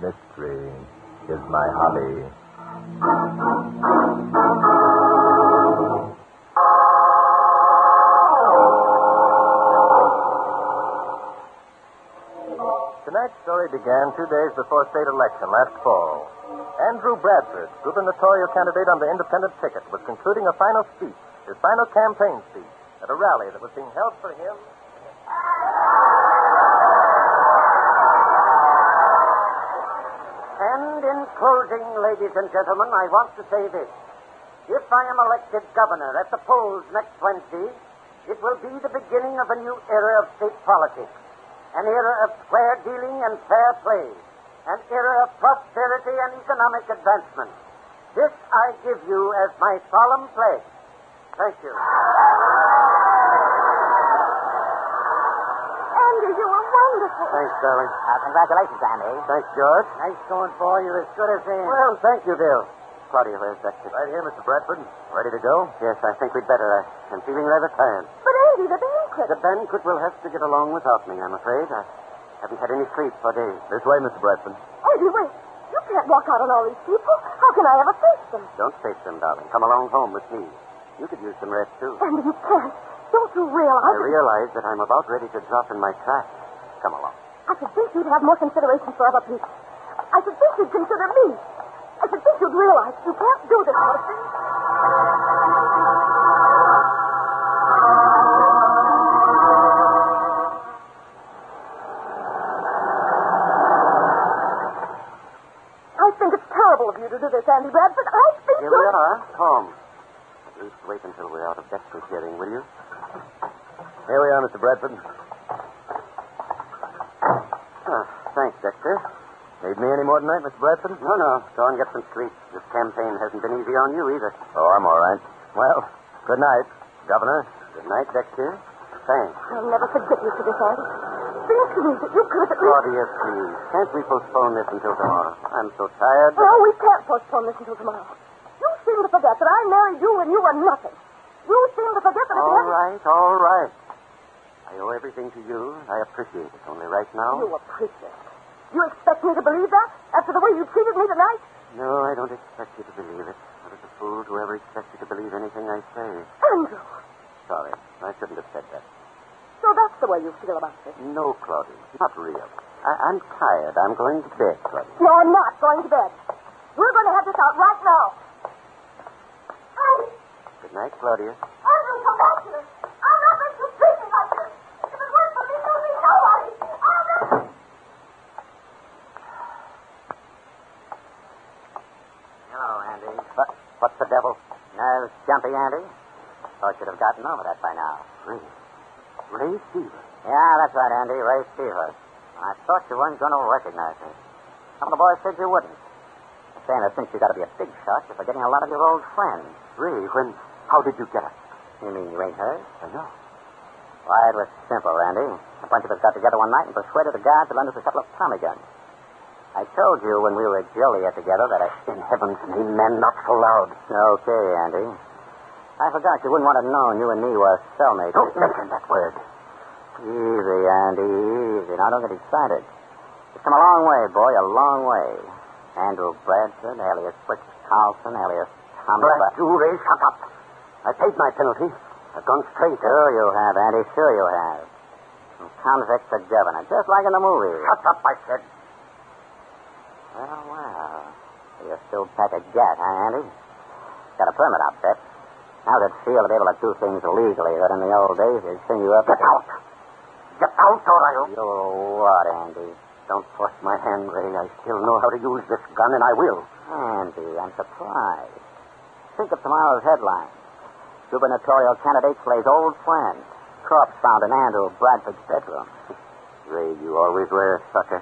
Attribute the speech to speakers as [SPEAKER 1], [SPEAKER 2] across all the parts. [SPEAKER 1] Mystery is my hobby. Tonight's story began two days before state election last fall. Andrew Bradford, gubernatorial candidate on the independent ticket, was concluding a final speech, his final campaign speech, at a rally that was being held for him.
[SPEAKER 2] And in closing, ladies and gentlemen, I want to say this. If I am elected governor at the polls next Wednesday, it will be the beginning of a new era of state politics, an era of square dealing and fair play, an era of prosperity and economic advancement. This I give you as my solemn pledge. Thank you.
[SPEAKER 3] Andy, you were wonderful.
[SPEAKER 2] Thanks, darling. Uh,
[SPEAKER 4] congratulations, Andy.
[SPEAKER 2] Thanks, George.
[SPEAKER 4] Nice going for you. As good as in.
[SPEAKER 2] Well, thank you, Bill. Claudia, where's Dexter?
[SPEAKER 1] Right here, Mr. Bradford. Ready to go?
[SPEAKER 2] Yes, I think we'd better. uh, I- I'm feeling rather tired.
[SPEAKER 3] But Andy, the banquet.
[SPEAKER 2] The banquet will have to get along without me, I'm afraid. I haven't had any sleep for days.
[SPEAKER 1] This way, Mr. Bradford.
[SPEAKER 3] Andy, wait. Oh, You can't walk out on all these people. How can I ever face them?
[SPEAKER 2] Don't face them, darling. Come along home with me. You could use some rest, too.
[SPEAKER 3] Andy, you can't. Don't you
[SPEAKER 2] I
[SPEAKER 3] realize?
[SPEAKER 2] realize that I'm about ready to drop in my tracks. Come along.
[SPEAKER 3] I should think you'd have more consideration for other people. I should think you'd consider me. I should think you'd realize you can't do this. Andy. I think it's terrible of you to do this, Andy Bradford. I think
[SPEAKER 2] Here
[SPEAKER 3] you
[SPEAKER 2] we are, home. At least wait until we're out of Dexter's hearing, will you?
[SPEAKER 1] Here we are, Mr. Bradford.
[SPEAKER 2] Oh, thanks, Dexter.
[SPEAKER 1] Need me any more tonight, Mr. Bradford?
[SPEAKER 2] No, no. Go and get some sleep. This campaign hasn't been easy on you either.
[SPEAKER 1] Oh, I'm all right. Well, good night, Governor.
[SPEAKER 2] Good night, Dexter. Thanks.
[SPEAKER 3] I'll never forgive you for this, Andy. Think of me that you could have at least...
[SPEAKER 2] Claudia, please. Can't we postpone this until tomorrow? I'm so tired.
[SPEAKER 3] No, we can't postpone this until tomorrow. You seem to forget that I married you and you were nothing. You seem to forget that if you
[SPEAKER 2] All
[SPEAKER 3] hadn't-
[SPEAKER 2] right, all right. I owe everything to you. I appreciate it. Only right
[SPEAKER 3] You
[SPEAKER 2] now?
[SPEAKER 3] appreciate. You expect me to believe that after the way you treated me tonight?
[SPEAKER 2] No, I don't expect you to believe it. I was a fool to ever expect you to believe anything I say.
[SPEAKER 3] Andrew,
[SPEAKER 2] Sorry. I shouldn't have said that.
[SPEAKER 3] so that's the way you feel about this.
[SPEAKER 2] No, Claudia. Not real. I- I'm tired. I'm going to bed, Claudia.
[SPEAKER 3] No, I'm not going to bed. We're going to have this out right now. Andy,
[SPEAKER 2] Good night, Claudia.
[SPEAKER 3] Andrew, come back here. I'll not let you treat me like this. If it weren't for me, you'd be nobody. Andrew!
[SPEAKER 4] Hello, Andy.
[SPEAKER 2] What, what's the devil?
[SPEAKER 4] Nerves jumpy, Andy? Thought you'd have gotten over that by now.
[SPEAKER 2] Ray. Ray Seaver.
[SPEAKER 4] Yeah, that's right, Andy. Ray Seaver. I thought you weren't going to recognize me. Some of the boys said you wouldn't. They're Saying that since you got to be a big shot, you're forgetting a lot of your old friends.
[SPEAKER 2] Ray, when. How did you get it?
[SPEAKER 4] You mean you ain't heard?
[SPEAKER 2] I know.
[SPEAKER 4] Why, it was simple, Andy. A bunch of us got together one night and persuaded the guards to lend us a couple of Tommy guns. I told you when we were at Joliet together that I...
[SPEAKER 2] In heaven's name, man, not so loud.
[SPEAKER 4] Okay, Andy. I forgot you wouldn't want to know you and me were cellmates.
[SPEAKER 2] Don't mention that word.
[SPEAKER 4] Easy, Andy, easy. Now, don't get excited. You've come a long way, boy, a long way. Andrew Bradford, alias Fritz Carlson, alias Tommy...
[SPEAKER 2] Black
[SPEAKER 4] Bra-
[SPEAKER 2] you, Ray, shut up. I paid my penalty. I've gone straight.
[SPEAKER 4] Sure you have, Andy, sure you have. From convict to governor, just like in the movie.
[SPEAKER 2] Shut up, I said.
[SPEAKER 4] Well, Oh, well. You're still pack a gat, huh, Andy? Got a permit, I'll bet. How'd it feel to be able to do things legally that in the old days they'd send you up...
[SPEAKER 2] Get out. Get out, or I'll.
[SPEAKER 4] You're what, Andy?
[SPEAKER 2] Don't force my hand, Ray. I still know how to use this gun, and I will.
[SPEAKER 4] Andy, I'm surprised. Think of tomorrow's headline. Gubernatorial candidate slays old friend. Corpse found in Andrew Bradford's bedroom.
[SPEAKER 2] Grade, you always were a sucker.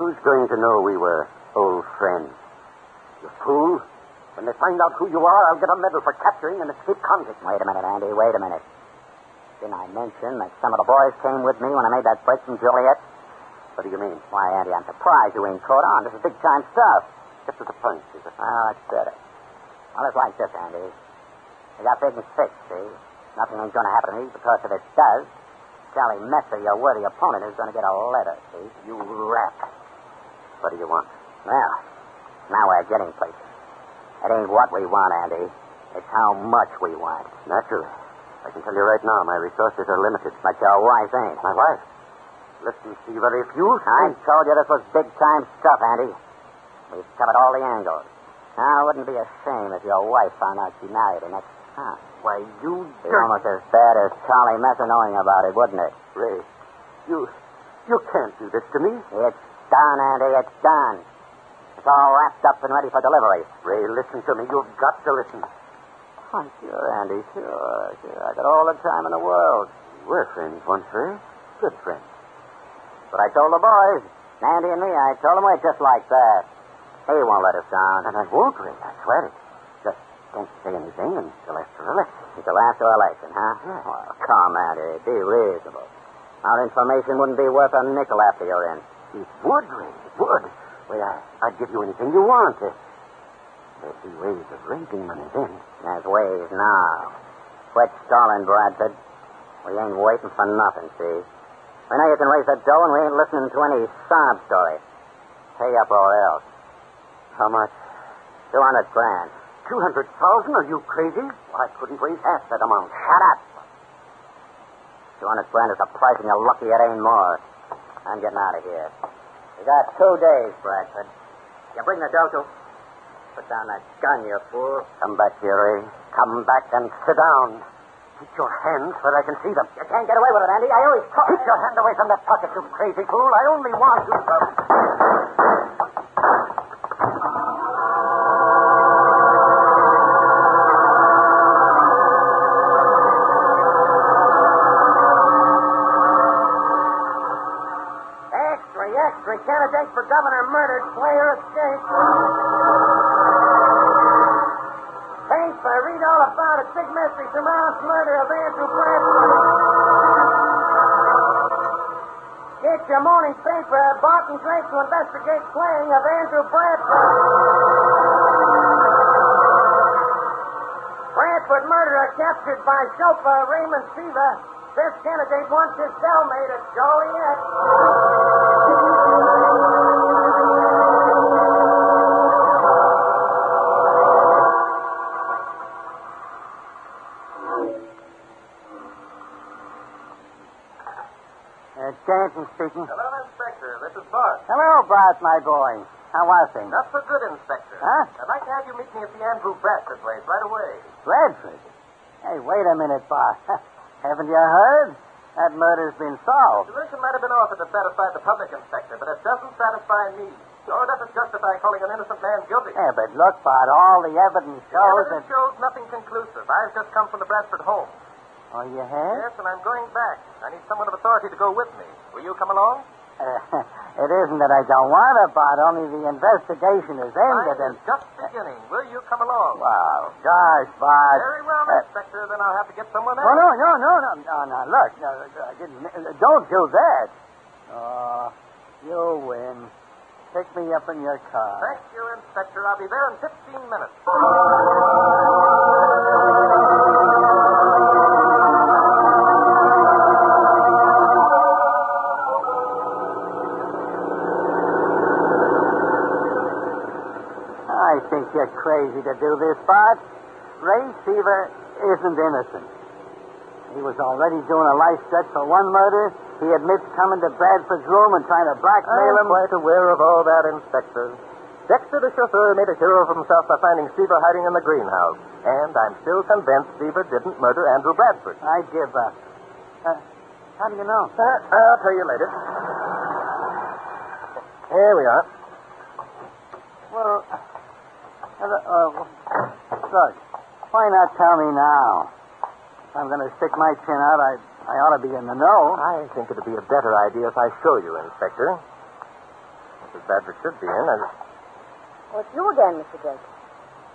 [SPEAKER 2] Who's going to know we were old friends?
[SPEAKER 5] You fool. When they find out who you are, I'll get a medal for capturing an escaped convict.
[SPEAKER 2] Wait a minute, Andy. Wait a minute. Didn't I mention that some of the boys came with me when I made that break from Juliet?
[SPEAKER 5] What do you mean?
[SPEAKER 2] Why, Andy, I'm surprised you ain't caught on. This is big time stuff.
[SPEAKER 5] Get to the point, Caesar.
[SPEAKER 2] Well, that's better. Well, it's like this, Andy. I got big mistakes, see? Nothing ain't going to happen to me because if it does, Sally Messer, your worthy opponent, is going to get a letter, see?
[SPEAKER 5] You rat. What do you want?
[SPEAKER 2] Well, now we're getting places. It ain't what we want, Andy. It's how much we want.
[SPEAKER 5] Naturally. I can tell you right now, my resources are limited.
[SPEAKER 2] But your wife ain't.
[SPEAKER 5] My wife. eh? Listen, Seaver, if you
[SPEAKER 2] I told you this was big time stuff, Andy. We've covered all the angles. Now, it wouldn't be a shame if your wife found out she married an ex-con.
[SPEAKER 5] Why, you
[SPEAKER 2] It'd be almost as bad as Charlie Messer knowing about it, wouldn't it?
[SPEAKER 5] Ray, you, you can't do this to me.
[SPEAKER 2] It's done, Andy. It's done. It's all wrapped up and ready for delivery.
[SPEAKER 5] Ray, listen to me. You've got to listen.
[SPEAKER 2] Oh, sure, Andy. Sure, sure. I got all the time in the world.
[SPEAKER 5] We were friends once, Ray. Good friends.
[SPEAKER 2] But I told the boys, Andy and me, I told them we're just like that. He won't let us down.
[SPEAKER 5] And I won't, Ray. I swear it. Just don't say anything until after election.
[SPEAKER 2] Until after election, huh?
[SPEAKER 5] Yeah.
[SPEAKER 2] Well, come, Andy. Be reasonable. Our information wouldn't be worth a nickel after you're in.
[SPEAKER 5] It would, Ray. It would. Why, I, I'd give you anything you want. There- There'd be ways of raising money then.
[SPEAKER 2] There's ways now. Quit stalling, Bradford. We ain't waiting for nothing, see? We know you can raise the dough, and we ain't listening to any sob story. Pay up or else.
[SPEAKER 5] How much?
[SPEAKER 2] Two hundred grand.
[SPEAKER 5] Two hundred thousand? Are you crazy? Well, I couldn't raise half that amount.
[SPEAKER 2] Shut up. Two hundred grand is the price, and you're lucky it ain't more. I'm getting out of here. You got two days, Bradford. You bring the dough to. Put down that gun, you fool.
[SPEAKER 5] Come back here, Ray. Come back and sit down. Put your hands where I can see them.
[SPEAKER 2] You can't get away with it, Andy. I always told
[SPEAKER 5] Keep your hand away from that pocket, you crazy fool. I only want you to...
[SPEAKER 2] Extra, extra. Candidate for governor murdered. Player escaped. Paper. Read all about it. Big mystery surrounds murder of Andrew Bradford. Get your morning paper. Barton Drake to investigate playing of Andrew Bradford. Bradford murderer captured by chauffeur Raymond Seaver. This candidate wants his cellmate at Joliet. Uh, Jansen speaking.
[SPEAKER 3] Hello, Inspector. This is Bart.
[SPEAKER 2] Hello, Bart, my boy. How are things?
[SPEAKER 3] Not so good, Inspector.
[SPEAKER 2] Huh?
[SPEAKER 3] I'd like to have you meet me at the Andrew Bradford place right away.
[SPEAKER 2] Bradford. Hey, wait a minute, Bart. Haven't you heard? That murder's been solved.
[SPEAKER 3] Solution might have been offered to satisfy the public, Inspector, but it doesn't satisfy me. Nor does it justify calling an innocent man guilty.
[SPEAKER 2] Yeah, but look, Bart, all the evidence
[SPEAKER 3] The
[SPEAKER 2] shows
[SPEAKER 3] evidence
[SPEAKER 2] that.
[SPEAKER 3] shows nothing conclusive. I've just come from the Bradford home.
[SPEAKER 2] Oh, you have?
[SPEAKER 3] Yes, and I'm going back. I need someone of authority to go with me. Will you come along?
[SPEAKER 2] Uh, it isn't that I don't want to, Bart, only the investigation is ended
[SPEAKER 3] Mine
[SPEAKER 2] and.
[SPEAKER 3] is just beginning. Will you come along?
[SPEAKER 2] Wow, gosh, Bart.
[SPEAKER 3] Very well,
[SPEAKER 2] Uh,
[SPEAKER 3] Inspector. Then I'll have to get someone
[SPEAKER 2] Oh,
[SPEAKER 3] else.
[SPEAKER 2] no, no, no, no, no, no. Look, no, I didn't. uh, Don't do that. Oh, you win. Pick me up in your car.
[SPEAKER 3] Thank you, Inspector. I'll be there in 15 minutes.
[SPEAKER 2] I think you're crazy to do this, Bart. Ray Seaver isn't innocent. He was already doing a life stretch for one murder. He admits coming to Bradford's room and trying to blackmail
[SPEAKER 3] I'm
[SPEAKER 2] him.
[SPEAKER 3] quite aware of all that, Inspector. Dexter, the chauffeur, made a hero of himself by finding Seaver hiding in the greenhouse. And I'm still convinced Seaver didn't murder Andrew Bradford.
[SPEAKER 2] I give up. Uh, how do you know?
[SPEAKER 3] Uh, I'll tell you later. Here we are.
[SPEAKER 2] Well, uh, uh,
[SPEAKER 6] oh,
[SPEAKER 2] look, why not tell me now? If I'm going to stick my chin out, I'd
[SPEAKER 6] I ought to be in the know.
[SPEAKER 2] I think it'd be a better idea if I show you, Inspector. Mrs. Badger should be in. And...
[SPEAKER 3] Well, it's you again, Mr. Drake.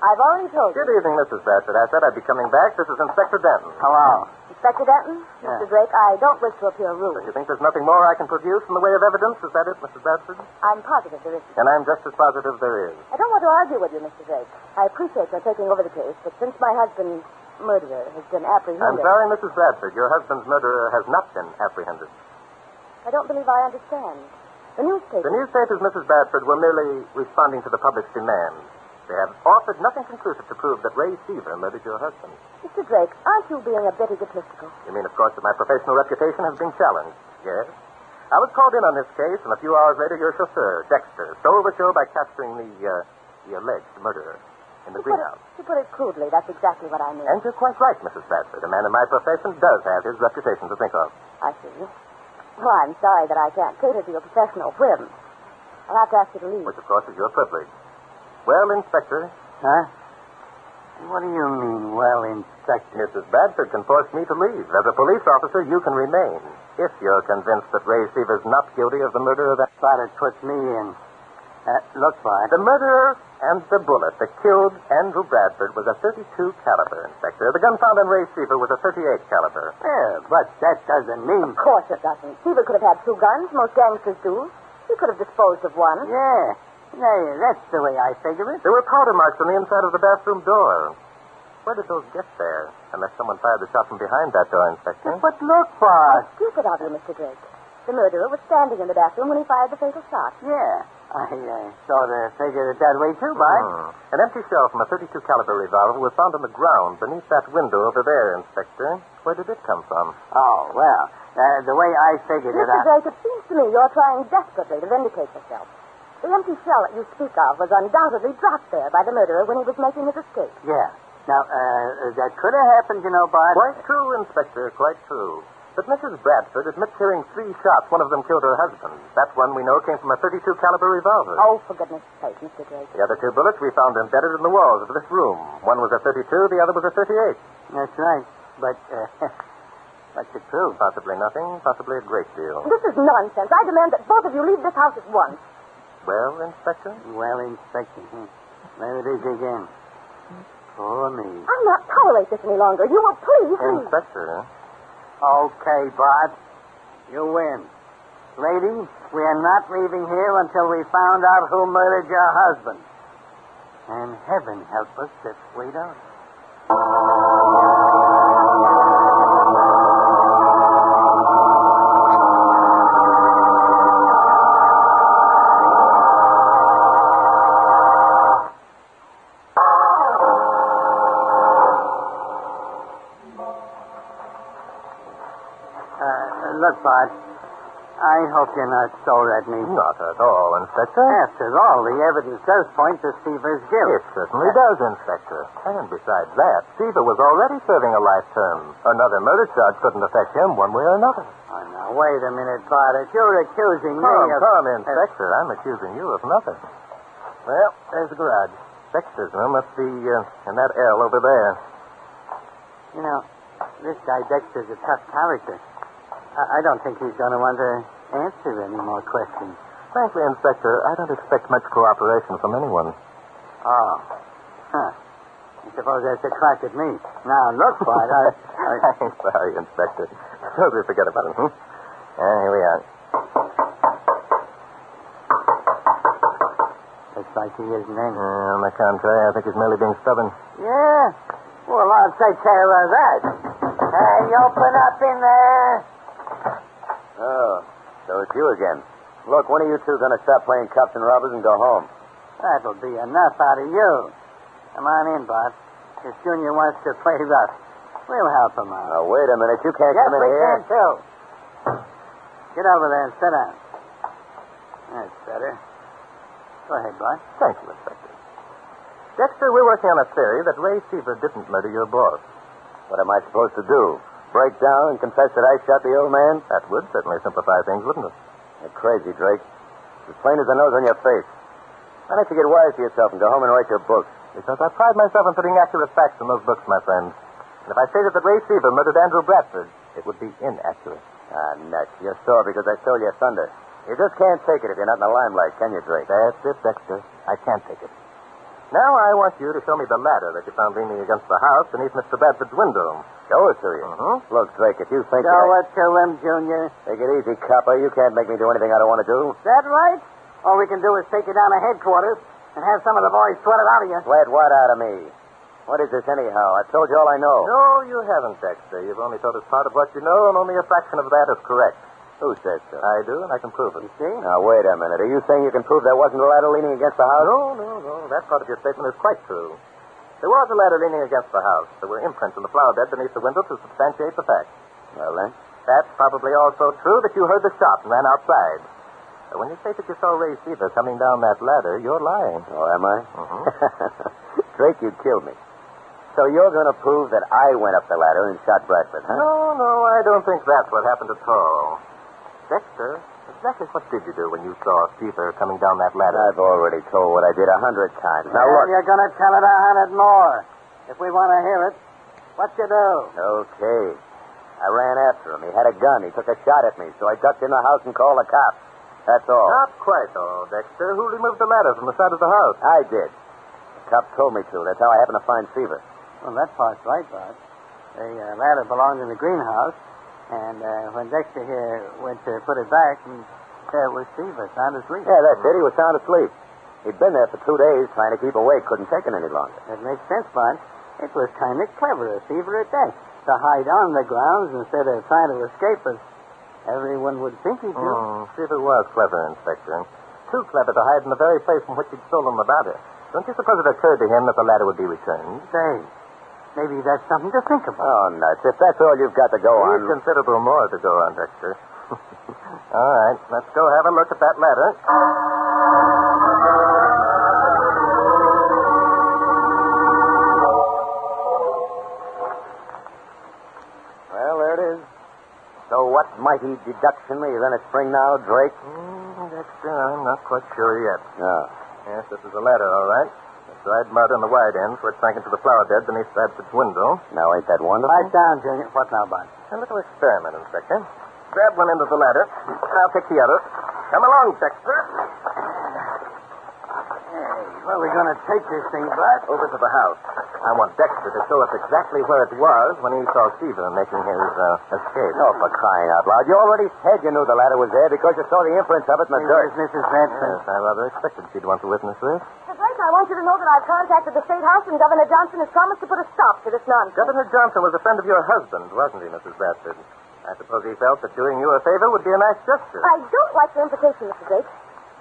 [SPEAKER 3] I've already told you.
[SPEAKER 2] Good evening, Mrs. Badger. I said I'd be coming back. This is Inspector Denton.
[SPEAKER 6] Hello.
[SPEAKER 3] Inspector Denton, Mr. Drake, I don't wish to appear
[SPEAKER 2] Do
[SPEAKER 3] rude.
[SPEAKER 2] you think there's nothing more I can produce in the way of evidence? Is that it, Mrs. Badford?
[SPEAKER 3] I'm positive there isn't.
[SPEAKER 2] And I'm just as positive there is.
[SPEAKER 3] I don't want to argue with you, Mr. Drake. I appreciate your taking over the case, but since my husband's murderer has been
[SPEAKER 2] I'm
[SPEAKER 3] apprehended,
[SPEAKER 2] sorry, Mrs. Bradford. Your husband's murderer has not been apprehended.
[SPEAKER 3] I don't believe I understand. The
[SPEAKER 2] The
[SPEAKER 3] newspaper.
[SPEAKER 2] newspapers, Mrs. Bradford, were merely responding to the public's demands. They have offered nothing conclusive to prove that Ray Seaver murdered your husband.
[SPEAKER 3] Mr. Drake, aren't you being a bit egotistical?
[SPEAKER 2] You mean, of course, that my professional reputation has been challenged? Yes. I was called in on this case, and a few hours later, your chauffeur, Dexter, stole the show by capturing the, uh, the alleged murderer in the
[SPEAKER 3] To put, it,
[SPEAKER 2] greenhouse.
[SPEAKER 3] to put it crudely, that's exactly what I mean.
[SPEAKER 2] And you're quite right, Mrs. Bradford. A man in my profession does have his reputation to think of.
[SPEAKER 3] I see. Well, I'm sorry that I can't cater to your professional whim. I'll have to ask you to leave.
[SPEAKER 2] Which, of course, is your privilege. Well, Inspector,
[SPEAKER 6] Huh? What do you mean, well, Inspector?
[SPEAKER 2] Mrs. Badford can force me to leave. As a police officer, you can remain if you're convinced that Ray Seaver's not guilty of the murder of that.
[SPEAKER 6] Thought it put me in. Uh, look, Bart.
[SPEAKER 2] The murderer and the bullet that killed Andrew Bradford was a 32 caliber, Inspector. The gun found in Ray Seaver was a 38 caliber.
[SPEAKER 6] Yeah, but that doesn't mean.
[SPEAKER 3] Of course it doesn't. Seaver could have had two guns. Most gangsters do. He could have disposed of one.
[SPEAKER 6] Yeah. Yeah, that's the way I figure it.
[SPEAKER 2] There were powder marks on the inside of the bathroom door. Where did those get there? Unless someone fired the shot from behind that door, Inspector.
[SPEAKER 6] But look, Bart.
[SPEAKER 3] How stupid of Oh, you, Mr. Drake. The murderer was standing in the bathroom when he fired the fatal shot.
[SPEAKER 6] Yeah, I uh, sort of figured it that way too, Bart.
[SPEAKER 2] Hmm. An empty shell from a 32 caliber revolver was found on the ground beneath that window over there, Inspector. Where did it come from?
[SPEAKER 6] Oh well, uh, the way I figured it
[SPEAKER 3] Mr.
[SPEAKER 6] out.
[SPEAKER 3] Drake, it seems to me you're trying desperately to vindicate yourself. The empty shell that you speak of was undoubtedly dropped there by the murderer when he was making his escape.
[SPEAKER 6] Yeah. Now uh, that could have happened, you know, Bart.
[SPEAKER 2] Quite true, Inspector, quite true. But Mrs. Bradford admits hearing three shots. One of them killed her husband. That one, we know, came from a 32 caliber revolver.
[SPEAKER 3] Oh, for goodness sake, Mr. Drake.
[SPEAKER 2] The other two bullets we found embedded in the walls of this room. One was a 32, the other was a 38.
[SPEAKER 6] That's right. But uh, what's the truth?
[SPEAKER 2] Possibly nothing, possibly a great deal.
[SPEAKER 3] This is nonsense. I demand that both of you leave this house at once.
[SPEAKER 2] Well, Inspector?
[SPEAKER 6] Well, Inspector, hmm. there it is again. Poor me.
[SPEAKER 3] I'll not tolerate this any longer. You will please
[SPEAKER 7] Oh.
[SPEAKER 3] leave.
[SPEAKER 2] Inspector?
[SPEAKER 6] Okay, Bart, you win. Lady, we are not leaving here until we found out who murdered your husband. And heaven help us if we don't. Uh, look, Bart, I hope you're not sore at me.
[SPEAKER 2] Not at all, Inspector.
[SPEAKER 6] After all, the evidence does point to Seaver's
[SPEAKER 2] It
[SPEAKER 6] guilt. Uh,
[SPEAKER 2] certainly does, Inspector. And besides that, Seaver was already serving a life term. Another murder charge couldn't affect him one way or another.
[SPEAKER 6] Oh, now, wait a minute, Bart. If you're accusing me
[SPEAKER 2] Come,
[SPEAKER 6] of...
[SPEAKER 2] come, Inspector. I'm accusing you of nothing. Well, there's the garage. Dexter's room must be uh, in that L over there.
[SPEAKER 6] You know, this guy Dexter's a tough character. I, I don't think he's going to want to answer any more questions.
[SPEAKER 2] Frankly, Inspector, I don't expect much cooperation from anyone.
[SPEAKER 6] Oh. Huh. I suppose that's a crack at me. Now, look, Bart, I... I
[SPEAKER 2] I'm sorry, Inspector. Totally forget about it, hmm? Yeah, here we are.
[SPEAKER 6] it's like he isn't angry.
[SPEAKER 2] Uh, on the contrary, I think he's merely being stubborn.
[SPEAKER 6] Yeah. Well, I'll take care of that. Hey, open up in there.
[SPEAKER 2] Oh, so it's you again. Look, when are you two going to stop playing cops and robbers and go home?
[SPEAKER 6] That'll be enough out of you. Come on in, Bart. If Junior wants to play rough, we'll help him out.
[SPEAKER 2] Now, wait a minute. You can't
[SPEAKER 6] Yes,
[SPEAKER 2] come in
[SPEAKER 6] we
[SPEAKER 2] here.
[SPEAKER 6] can too. Get over there and sit down. That's better. Go ahead, Bart.
[SPEAKER 2] Thank you, Inspector. Dexter, we're working on a theory that Ray Seaver didn't murder your boss. What am I supposed to do? Break down and confess that I shot the old man? That would certainly simplify things, wouldn't it? You're crazy, Drake. As plain as the nose on your face. Why don't you get wise to yourself and go home and write your books? Because I pride myself on putting accurate facts in those books, my friend. And if I stated that Ray Seaver murdered Andrew Bradford, It would be inaccurate.
[SPEAKER 8] Ah, nuts. You're sore because I stole your thunder. You just can't take it if you're not in the limelight, can you, Drake?
[SPEAKER 2] That's it, Dexter. I can't take it. Now I want you to show me the ladder that you found leaning against the house beneath Mr. Bradford's window.
[SPEAKER 8] Show it to you.
[SPEAKER 2] Mhm.
[SPEAKER 8] Look, Drake, if you think
[SPEAKER 6] Show
[SPEAKER 8] that I-
[SPEAKER 6] it to him, Junior.
[SPEAKER 8] Take it easy, copper. You can't make me do anything I don't want to do.
[SPEAKER 6] Is that right? All we can do is take you down to headquarters and have some of the boys sweat it out of you.
[SPEAKER 8] Sweat what out of me? What is this anyhow? I told you all I know.
[SPEAKER 2] No, you haven't, Dexter. You've only told us part of what you know, and only a fraction of that is correct.
[SPEAKER 8] Who said so?
[SPEAKER 2] I do, and I can prove it.
[SPEAKER 6] See?
[SPEAKER 8] Now, wait a minute. Are you saying you can prove there wasn't a ladder leaning against the house?
[SPEAKER 2] No, no, no. That part of your statement is quite true. There was a ladder leaning against the house. There were imprints in the flower bed beneath the window to substantiate the fact.
[SPEAKER 8] Well, then.
[SPEAKER 2] That's probably also true that you heard the shot and ran outside. But when you say that you saw Ray Seaver coming down that ladder, you're lying.
[SPEAKER 8] Oh, am I?
[SPEAKER 2] Mhm.
[SPEAKER 8] Drake, you killed me. So you're going to prove that I went up the ladder and shot Bradford, huh?
[SPEAKER 2] No, no, I don't think that's what happened at all. Dexter, exactly what did you do when you saw Seaver coming down that ladder?
[SPEAKER 8] I've already told what I did a hundred times. Now,
[SPEAKER 6] Well,
[SPEAKER 8] look.
[SPEAKER 6] you're going to tell it a hundred more if we want to hear it. What you do?
[SPEAKER 8] Okay. I ran after him. He had a gun. He took a shot at me, so I ducked in the house and called the cops. That's all.
[SPEAKER 2] Not quite all, Dexter. Who removed the ladder from the side of the house?
[SPEAKER 8] I did. The cop told me to. That's how I happened to find Seaver.
[SPEAKER 6] Well, that part's right, Bud. The uh, ladder belonged in the greenhouse, and uh, when Dexter here went to put it back, and there was Seaver sound asleep.
[SPEAKER 8] Yeah, that's it. He was sound asleep. He'd been there for two days trying to keep awake. Couldn't take it any longer.
[SPEAKER 6] That makes sense, Bud. It was kind of clever of Seaver at that to hide on the grounds instead of trying to escape us. Everyone would think he did.
[SPEAKER 2] Hmm, Seaver was clever, Inspector. Too clever to hide in the very place from which he'd stolen the ladder. Don't you suppose it occurred to him that the ladder would be returned?
[SPEAKER 6] Say, maybe that's something to think about.
[SPEAKER 8] Oh, nuts. If that's all you've got to go
[SPEAKER 2] There's
[SPEAKER 8] on.
[SPEAKER 2] considerable more to go on, Dexter. All right, let's go have a look at that ladder.
[SPEAKER 8] Well, there it is. So what mighty deduction are you going to spring now, Drake?
[SPEAKER 2] Mm, Dexter, I'm not quite sure yet.
[SPEAKER 8] No.
[SPEAKER 2] Yes, this is a ladder, all right. The dried mud on the wide end, for it sank into the flower bed beneath Bradford's window.
[SPEAKER 8] Now, ain't that wonderful?
[SPEAKER 6] Lie down, Junior. What now, Bud?
[SPEAKER 2] A little experiment, Inspector. Grab one end of the ladder. I'll pick the other. Come along, Dexter.
[SPEAKER 6] Hey, where are we going to take this thing, Bud?
[SPEAKER 2] Over to the house. I want Dexter to show us exactly where it was when he saw Stephen making his uh, escape.
[SPEAKER 8] Oh, for crying out loud. You already said you knew the ladder was there because you saw the imprints of it in the dirt.
[SPEAKER 6] Here's Mrs. Benson.
[SPEAKER 2] Yes, I rather expected she'd want to witness this.
[SPEAKER 3] Mr. Drake, I want you to know that I've contacted the State House, and Governor Johnson has promised to put a stop to this nonsense.
[SPEAKER 2] Governor Johnson was a friend of your husband, wasn't he, Mrs. Bradford? I suppose he felt that doing you a favor would be a nice gesture.
[SPEAKER 3] I don't like the implication, Mr. Drake.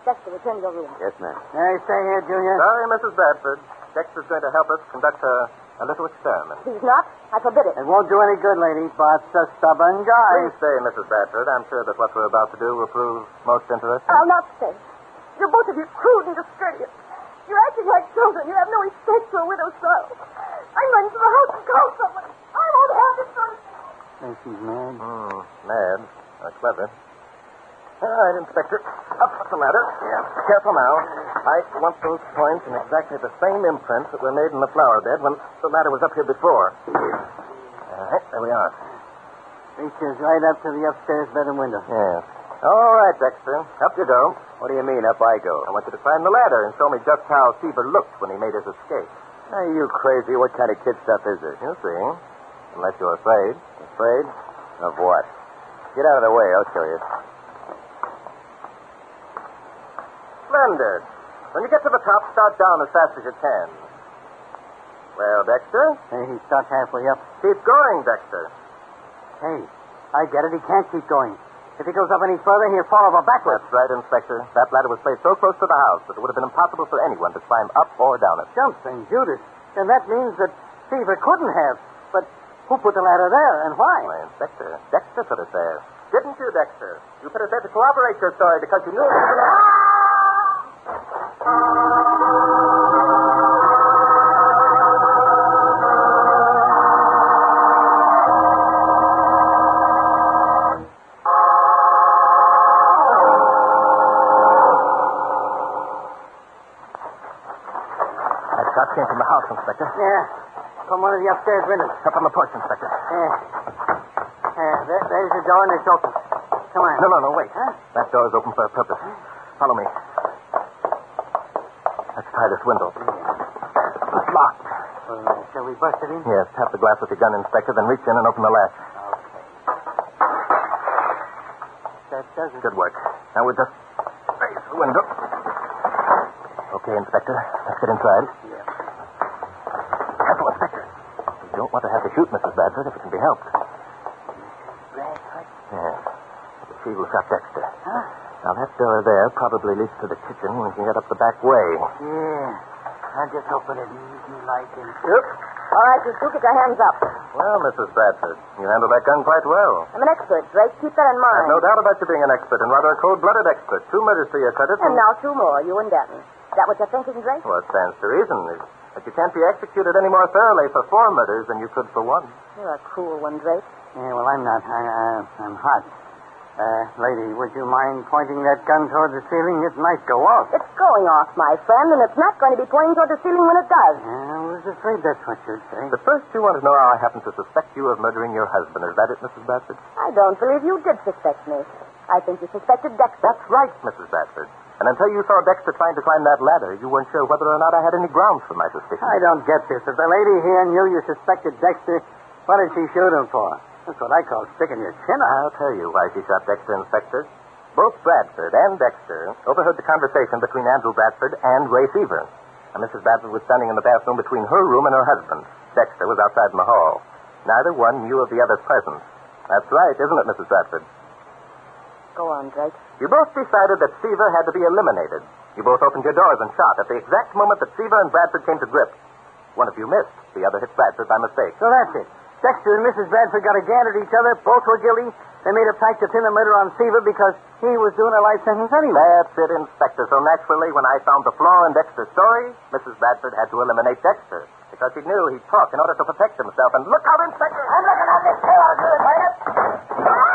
[SPEAKER 3] Dexter, return to your room.
[SPEAKER 8] Yes, ma'am.
[SPEAKER 6] Hey, stay here, Junior.
[SPEAKER 2] Sorry, Mrs. Bradford. Dexter's going to help us conduct a, a little experiment.
[SPEAKER 3] Please not. I forbid it.
[SPEAKER 6] It won't do any good, lady. Bart's a stubborn
[SPEAKER 2] Please
[SPEAKER 6] guy.
[SPEAKER 2] stay, Mrs. Bradford. I'm sure that what we're about to do will prove most interesting.
[SPEAKER 3] I'll not stay. You're both of you crude and discourteous. You're acting like children. You have no respect for a widow's sorrow. I'm running to the house and call someone. I won't have this nonsense.
[SPEAKER 6] Think she's mad.
[SPEAKER 2] Hmm, mad. Or clever. All right, Inspector. Up the ladder. Yeah. Careful now. I want those points in exactly the same imprints that were made in the flower bed when the ladder was up here before. All right, there we are.
[SPEAKER 6] Reaches right up to the upstairs bedroom window.
[SPEAKER 2] Yes. All right, Dexter. Up you go.
[SPEAKER 8] What do you mean, up I
[SPEAKER 2] I
[SPEAKER 8] go?
[SPEAKER 2] want you to climb the ladder and show me just how Seaver looked when he made his escape.
[SPEAKER 8] Are you crazy? What kind of kid stuff is this?
[SPEAKER 2] You'll see. Unless you're afraid.
[SPEAKER 8] Afraid? Of what? Get out of the way. I'll show you.
[SPEAKER 2] Splendid. When you get to the top, start down as fast as you can. Well, Dexter,
[SPEAKER 6] Hey, he's stuck halfway up.
[SPEAKER 2] keep going, Dexter.
[SPEAKER 6] Hey, I get it. He can't keep going. If he goes up any further, he'll fall over backwards.
[SPEAKER 2] That's right, Inspector. That ladder was placed so close to the house that it would have been impossible for anyone to climb up or down it.
[SPEAKER 6] Jumps and Judas. And that means that Seaver couldn't have. But who put the ladder there and why?
[SPEAKER 2] Why, Inspector, Dexter put it there. Didn't you, Dexter? You put it there to corroborate your story because you knew it was an That shot came from the house, Inspector.
[SPEAKER 6] Yeah, from one of the upstairs windows.
[SPEAKER 2] Up on the porch, Inspector.
[SPEAKER 6] Yeah. Uh, there, there's the door, and it's open. Come on.
[SPEAKER 2] No, no, no, wait.
[SPEAKER 6] Huh?
[SPEAKER 2] That door is open for a purpose. Follow me. Let's try this window. It's locked.
[SPEAKER 6] Uh, shall we bust it in?
[SPEAKER 2] Yes, tap the glass with your gun, Inspector, then reach in and open the latch.
[SPEAKER 6] That does it.
[SPEAKER 2] Good work. Now we'll just raise the window. Okay, Inspector. Let's get inside. Careful, Inspector. You don't want to have to shoot Mrs. Bradford if it can be helped.
[SPEAKER 6] Bradford.
[SPEAKER 2] Yes. She will shot Dexter.
[SPEAKER 6] Huh?
[SPEAKER 2] Now, that door there probably leads to the kitchen. We can get up the back way.
[SPEAKER 6] Yeah. I'll just open it easy like and...
[SPEAKER 2] Yep.
[SPEAKER 7] All right, you two, get your hands up.
[SPEAKER 2] Well, Mrs. Bradford, you handled that gun quite well.
[SPEAKER 7] I'm an expert, Drake. Keep that in
[SPEAKER 2] I've
[SPEAKER 7] mind.
[SPEAKER 2] no doubt about you being an expert, and rather a cold-blooded expert. Two murders to your credit.
[SPEAKER 7] And now two more, you and Denton. Is that what you're thinking, Drake?
[SPEAKER 2] Well, it stands to reason is that you can't be executed any more thoroughly for four murders than you could for one.
[SPEAKER 7] You're a cruel one, Drake.
[SPEAKER 6] Yeah, well, I'm not. I, uh, I'm hot. Uh, lady, would you mind pointing that gun toward the ceiling? It might go off.
[SPEAKER 7] It's going off, my friend, and it's not going to be pointing toward the ceiling when it does.
[SPEAKER 6] Yeah, I was afraid that's what you'd say.
[SPEAKER 2] But first, you want to know how I happen to suspect you of murdering your husband. Is that it, Mrs. Bradford?
[SPEAKER 7] I don't believe you did suspect me. I think you suspected Dexter.
[SPEAKER 2] That's right, Mrs. Bradford. And until you saw Dexter trying to climb that ladder, you weren't sure whether or not I had any grounds for my suspicion.
[SPEAKER 6] I don't get this. If the lady here knew you suspected Dexter, what did she shoot him for? That's what I call sticking your chin out.
[SPEAKER 2] I'll tell you why she shot Dexter, Inspector. Both Bradford and Dexter overheard the conversation between Andrew Bradford and Ray Seaver. And Mrs. Bradford was standing in the bathroom between her room and her husband. Dexter was outside in the hall. Neither one knew of the other's presence. That's right, isn't it, Mrs. Bradford?
[SPEAKER 7] Go on, Drake.
[SPEAKER 2] You both decided that Seaver had to be eliminated. You both opened your doors and shot at the exact moment that Seaver and Bradford came to grips. One of you missed. The other hit Bradford by mistake.
[SPEAKER 6] So that's it. Dexter and Mrs. Bradford got a gander at each other. Both were guilty. They made a pact to pin the murder on Seaver because he was doing a life sentence anyway.
[SPEAKER 2] That's it, Inspector. So naturally, when I found the flaw in Dexter's story, Mrs. Bradford had to eliminate Dexter because she knew he'd talk in order to protect himself. And look out, Inspector! I'm looking at this tail. I'll do it, Wyatt.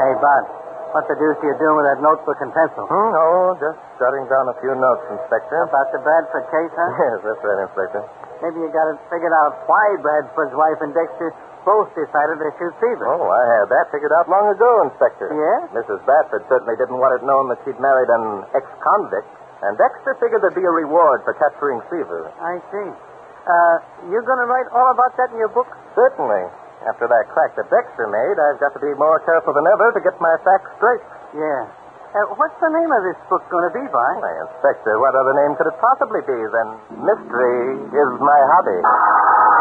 [SPEAKER 6] Hey, Bud, what the deuce are you doing with that notebook and pencil?
[SPEAKER 2] Hmm, oh, just jotting down a few notes, Inspector.
[SPEAKER 6] About the Bradford case, huh?
[SPEAKER 2] Yes, that's right, Inspector.
[SPEAKER 6] Maybe you got it figured out why Bradford's wife and Dexter both decided to shoot Seaver.
[SPEAKER 2] Oh, I had that figured out long ago, Inspector.
[SPEAKER 6] Yeah?
[SPEAKER 2] Mrs. Bradford certainly didn't want it known that she'd married an ex-convict, and Dexter figured there'd be a reward for capturing Seaver.
[SPEAKER 6] I see. Uh, you're going to write all about that in your book?
[SPEAKER 2] Certainly. After that crack that Dexter made, I've got to be more careful than ever to get my facts straight.
[SPEAKER 6] Yeah. Uh, what's the name of this book going to be, by?
[SPEAKER 2] Why, Inspector, what other name could it possibly be than Mystery is My Hobby?
[SPEAKER 6] Hey,